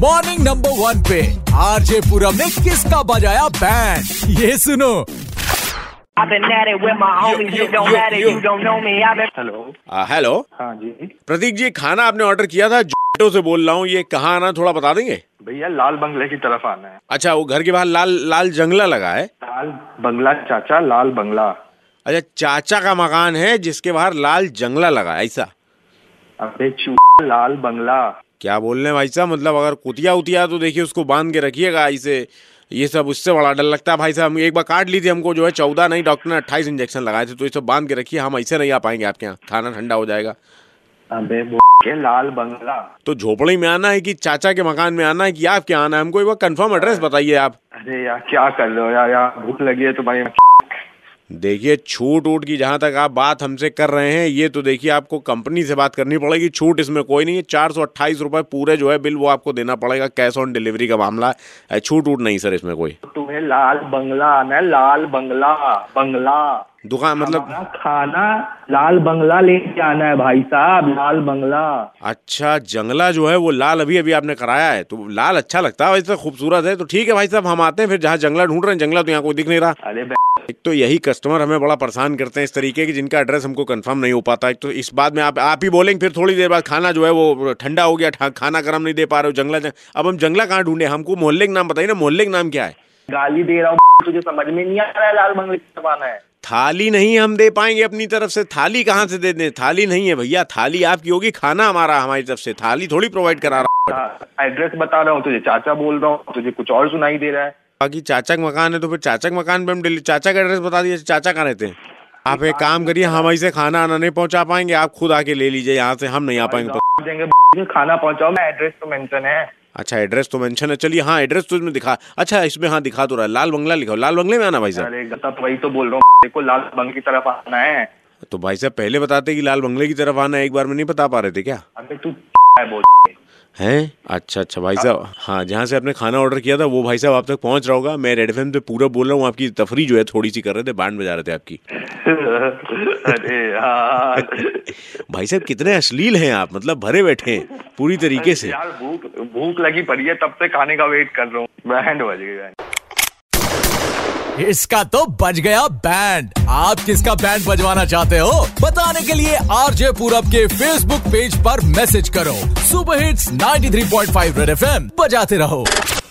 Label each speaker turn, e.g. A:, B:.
A: Morning number one पे RJ Puram ने किसका बजाया बैंड ये सुनो
B: I've been at it with my homies. You, don't have it. You don't know me. I've been.
C: Hello
D: hello
C: हाँ जी
D: प्रतीक जी खाना आपने ऑर्डर किया था जोटो से बोल रहा हूँ ये कहाँ आना थोड़ा बता देंगे
C: भैया लाल बंगले की तरफ आना है
D: अच्छा वो घर के बाहर लाल लाल जंगला लगा है
C: लाल बंगला चाचा लाल बंगला
D: अच्छा चाचा का मकान है जिसके बाहर लाल जंगला लगा है ऐसा
C: अबे चू लाल बंगला
D: क्या बोल रहे हैं भाई साहब मतलब अगर कुतिया उतिया तो देखिए उसको बांध के रखिएगा ऐसे ये सब उससे बड़ा डर लगता है भाई साहब हम एक बार काट ली थी हमको जो है चौदह नहीं डॉक्टर ने अट्ठाईस इंजेक्शन लगाए थे तो ये सब बांध के रखिए हम ऐसे नहीं आ पाएंगे आपके यहाँ खाना ठंडा हो जाएगा
C: अबे वो के लाल बंगला
D: तो झोपड़ी में आना है कि चाचा के मकान में आना है कि आपके यहाँ आना है हमको एक बार कंफर्म एड्रेस बताइए आप
C: अरे यार क्या कर रहे हो यार यार भूख लगी है तो भाई
D: देखिए छूट वूट की जहाँ तक आप बात हमसे कर रहे हैं ये तो देखिए आपको कंपनी से बात करनी पड़ेगी छूट इसमें कोई नहीं है चार सौ अट्ठाईस रुपये पूरे जो है बिल वो आपको देना पड़ेगा कैश ऑन डिलीवरी का मामला है अ, छूट वूट नहीं सर इसमें कोई
C: तुम्हें लाल बंगला आना है लाल बंगला बंगला
D: दुकान मतलब
C: हमारा खाना लाल बंगला लेके आना है भाई साहब लाल बंगला
D: अच्छा जंगला जो है वो लाल अभी अभी आपने कराया है तो लाल अच्छा लगता है वैसे खूबसूरत है तो ठीक है भाई साहब हम आते हैं फिर जहाँ जंगला ढूंढ रहे हैं जंगला तो यहाँ कोई दिख नहीं रहा
C: अरे बे-
D: एक तो यही कस्टमर हमें बड़ा परेशान करते हैं इस तरीके की जिनका एड्रेस हमको कंफर्म नहीं हो पाता एक तो इस बात में आप आप ही बोलेंगे फिर थोड़ी देर बाद खाना जो है वो ठंडा हो गया ठा- खाना गर्म नहीं दे पा रहे हो जंगला जंग... अब हम जंगला कहाँ ढूंढे हमको मोहल्ले का नाम बताइए ना मोहल्ले का नाम क्या है
C: गाली दे रहा हूँ तुझे समझ में नहीं आ रहा है लाल बंगले की तरफ आना है
D: थाली नहीं हम दे पाएंगे अपनी तरफ से थाली कहाँ से दे दें थाली नहीं है भैया थाली आपकी होगी खाना हमारा हमारी तरफ से थाली थोड़ी प्रोवाइड करा रहा हूं।
C: हाँ, एड्रेस बता रहा हूँ तुझे चाचा बोल रहा हूँ तुझे कुछ और सुनाई दे रहा है
D: बाकी चाचा का मकान है तो फिर चाचा के मकान पे हम डिली चाचा का एड्रेस बता दीजिए चाचा कहाँ रहते हैं आप एक काम करिए हम ऐसे खाना आना नहीं पहुंचा पाएंगे आप खुद आके ले लीजिए यहाँ से हम नहीं आ पाएंगे
C: आप देंगे मुझे खाना पहुंचाओ मैं एड्रेस तो मेंशन है
D: अच्छा एड्रेस तो मेंशन है चलिए हाँ एड्रेस तो इसमें दिखा अच्छा इसमें हाँ दिखा तो रहा है लाल बंगला लिखा हुआ है। लाल बंगले में आना भाई साहब
C: अरे तब वही तो बोल रहा हूँ देखो लाल बंग की तरफ आना है
D: तो भाई साहब पहले बताते कि लाल बंगले की तरफ आना है, एक बार में नहीं बता पा रहे थे क्या
C: अबे तू है बोल
D: हैं अच्छा अच्छा भाई साहब हाँ जहाँ से आपने खाना ऑर्डर किया था वो भाई साहब आप तक पहुँच रहा होगा मैं रेड एफ पे पूरा बोल रहा हूँ आपकी तफरी जो है थोड़ी सी कर रहे थे बैंड बजा रहे थे आपकी
C: अरे यार
D: भाई साहब कितने अश्लील हैं आप मतलब भरे बैठे हैं पूरी तरीके से
C: यार भूख भूख लगी पड़ी है तब से खाने का वेट कर रहा हूँ बैंड बज गई बैंड
A: इसका तो बज गया बैंड आप किसका बैंड बजवाना चाहते हो बताने के लिए आरजे पूरब के फेसबुक पेज पर मैसेज करो सुपर हिट्स 93.5 रेड एफएम बजाते रहो